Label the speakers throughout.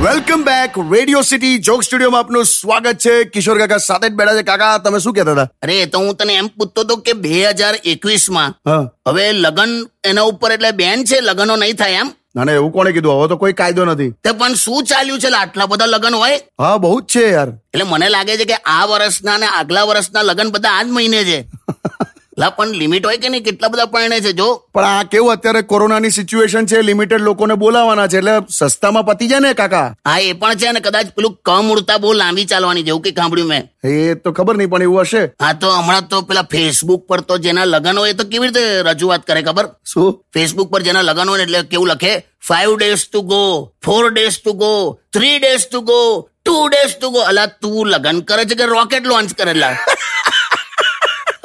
Speaker 1: Back radio city joke સ્ટુડિયોમાં આપનું સ્વાગત છે કિશોર કાકા સાથે જ બેઠા છે કાકા તમે શું કહેતા હતા
Speaker 2: અરે એ તો હું તને એમ પૂછતો હતો કે બે હજાર એકવીસમાં
Speaker 1: હા
Speaker 2: હવે લગ્ન એના ઉપર એટલે બેન છે લગ્નો નહીં થાય એમ
Speaker 1: ના ના એવું કોણે કીધું હવે તો કોઈ કાયદો નથી
Speaker 2: તે પણ શું ચાલ્યું છે લા, આટલા બધા લગ્ન હોય
Speaker 1: હા બહુ જ છે યાર
Speaker 2: એટલે મને લાગે છે કે આ વર્ષના ને આગલા વર્ષના લગ્ન બધા આ જ મહિને છે લા પણ લિમિટ હોય કે નહીં કેટલા બધા પરણે છે જો
Speaker 1: પણ આ કેવું અત્યારે કોરોનાની સિચ્યુએશન છે લિમિટેડ લોકોને બોલાવાના છે એટલે સસ્તામાં પતી જાય ને કાકા
Speaker 2: હા એ પણ છે ને કદાચ પેલું કમ ઉડતા બહુ લાંબી ચાલવાની જેવું કંઈક સાંભળ્યું મેં
Speaker 1: એ તો ખબર નહીં પણ એવું હશે
Speaker 2: હા તો હમણાં તો પેલા ફેસબુક પર તો જેના લગ્ન હોય એ તો કેવી રીતે રજૂઆત કરે ખબર
Speaker 1: શું
Speaker 2: ફેસબુક પર જેના લગન હોય ને એટલે કેવું લખે five days to go four days to go three days to go two days to go અલા તું લગન કરે છે કે રોકેટ લોન્ચ કરેલા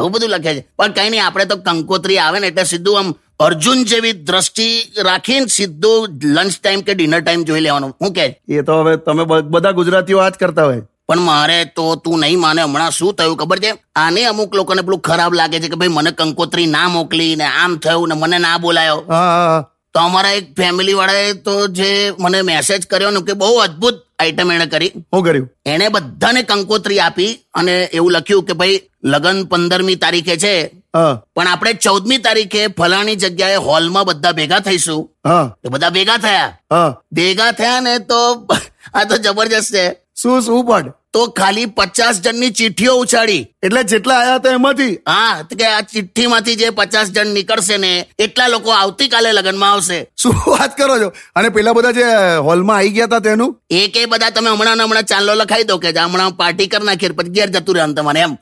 Speaker 2: આવું બધું લખે છે પણ કઈ નહીં આપણે તો કંકોત્રી આવે ને એટલે સીધું આમ અર્જુન જેવી દ્રષ્ટિ રાખીને સીધું લંચ ટાઈમ કે ડિનર ટાઈમ જોઈ લેવાનું હું કે
Speaker 1: એ તો હવે તમે બ- બધા ગુજરાતીઓ આ જ કરતા હોય
Speaker 2: પણ મારે તો તું નહીં માને હમણાં શું થયું ખબર છે આને અમુક લોકોને પેલું ખરાબ લાગે છે કે ભાઈ મને કંકોત્રી ના મોકલી ને આમ થયું ને મને ના બોલાયો
Speaker 1: હા, હા હા.
Speaker 2: તો અમારા એક ફેમિલી વાળાએ તો જે મને મેસેજ કર્યો ને કે બહુ અદ્ભુત આઈટમ એણે કરી
Speaker 1: હું કર્યું
Speaker 2: એણે બધાને કંકોત્રી આપી અને એવું લખ્યું કે ભાઈ લગન પંદરમી તારીખે છે
Speaker 1: હા
Speaker 2: પણ આપણે ચૌદમી તારીખે ફલાણી જગ્યાએ હોલમાં બધા ભેગા થઈશું
Speaker 1: હા
Speaker 2: તો બધા ભેગા થયા
Speaker 1: હા
Speaker 2: ભેગા થયા ને તો આ તો જબરજસ્ત છે
Speaker 1: શું શું પણ
Speaker 2: તો ખાલી પચાસ જણની ચીઠીઓ ઉછાળી
Speaker 1: એટલે જેટલા આયા હતા એમાંથી
Speaker 2: હા તો કે આ ચિઠ્ઠીમાંથી જે પચાસ જણ નીકળશે ને એટલા લોકો આવતીકાલે લગ્નમાં આવશે
Speaker 1: શું વાત કરો છો અને પેલા બધા જે હોલમાં આવી ગયા હતા તેનું
Speaker 2: એ કે બધા તમે હમણાં ને હમણાં ચાંદલો લખાઈ દો કે હમણાં પાર્ટી કરી નાખીએ પછી ઘેર જતું રહેવાનું તમારે એમ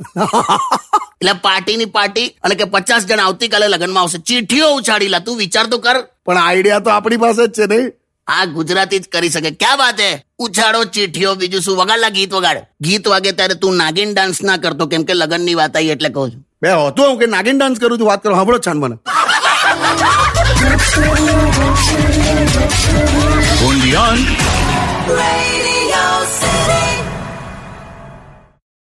Speaker 2: એટલે પાર્ટીની પાર્ટી અને કે પચાસ જણ આવતીકાલે લગ્નમાં આવશે ચીઠીઓ ઉછાળી લા તું વિચાર તો કર
Speaker 1: પણ આઈડિયા તો આપણી પાસે જ છે નહીં
Speaker 2: આ ગુજરાતી જ કરી શકે ક્યાં વાત હે ઉછાળો ચીઠીઓ બીજું શું વગાડલા ગીત વગાડ ગીત વાગે ત્યારે તું નાગિન ડાન્સ ના કરતો કેમ કે લગ્નની વાત આવી એટલે કહું છું
Speaker 1: બે હોતો હું કે નાગિન ડાન્સ કરું છું વાત કરો સાંભળો છાન મને
Speaker 3: only on
Speaker 4: Radio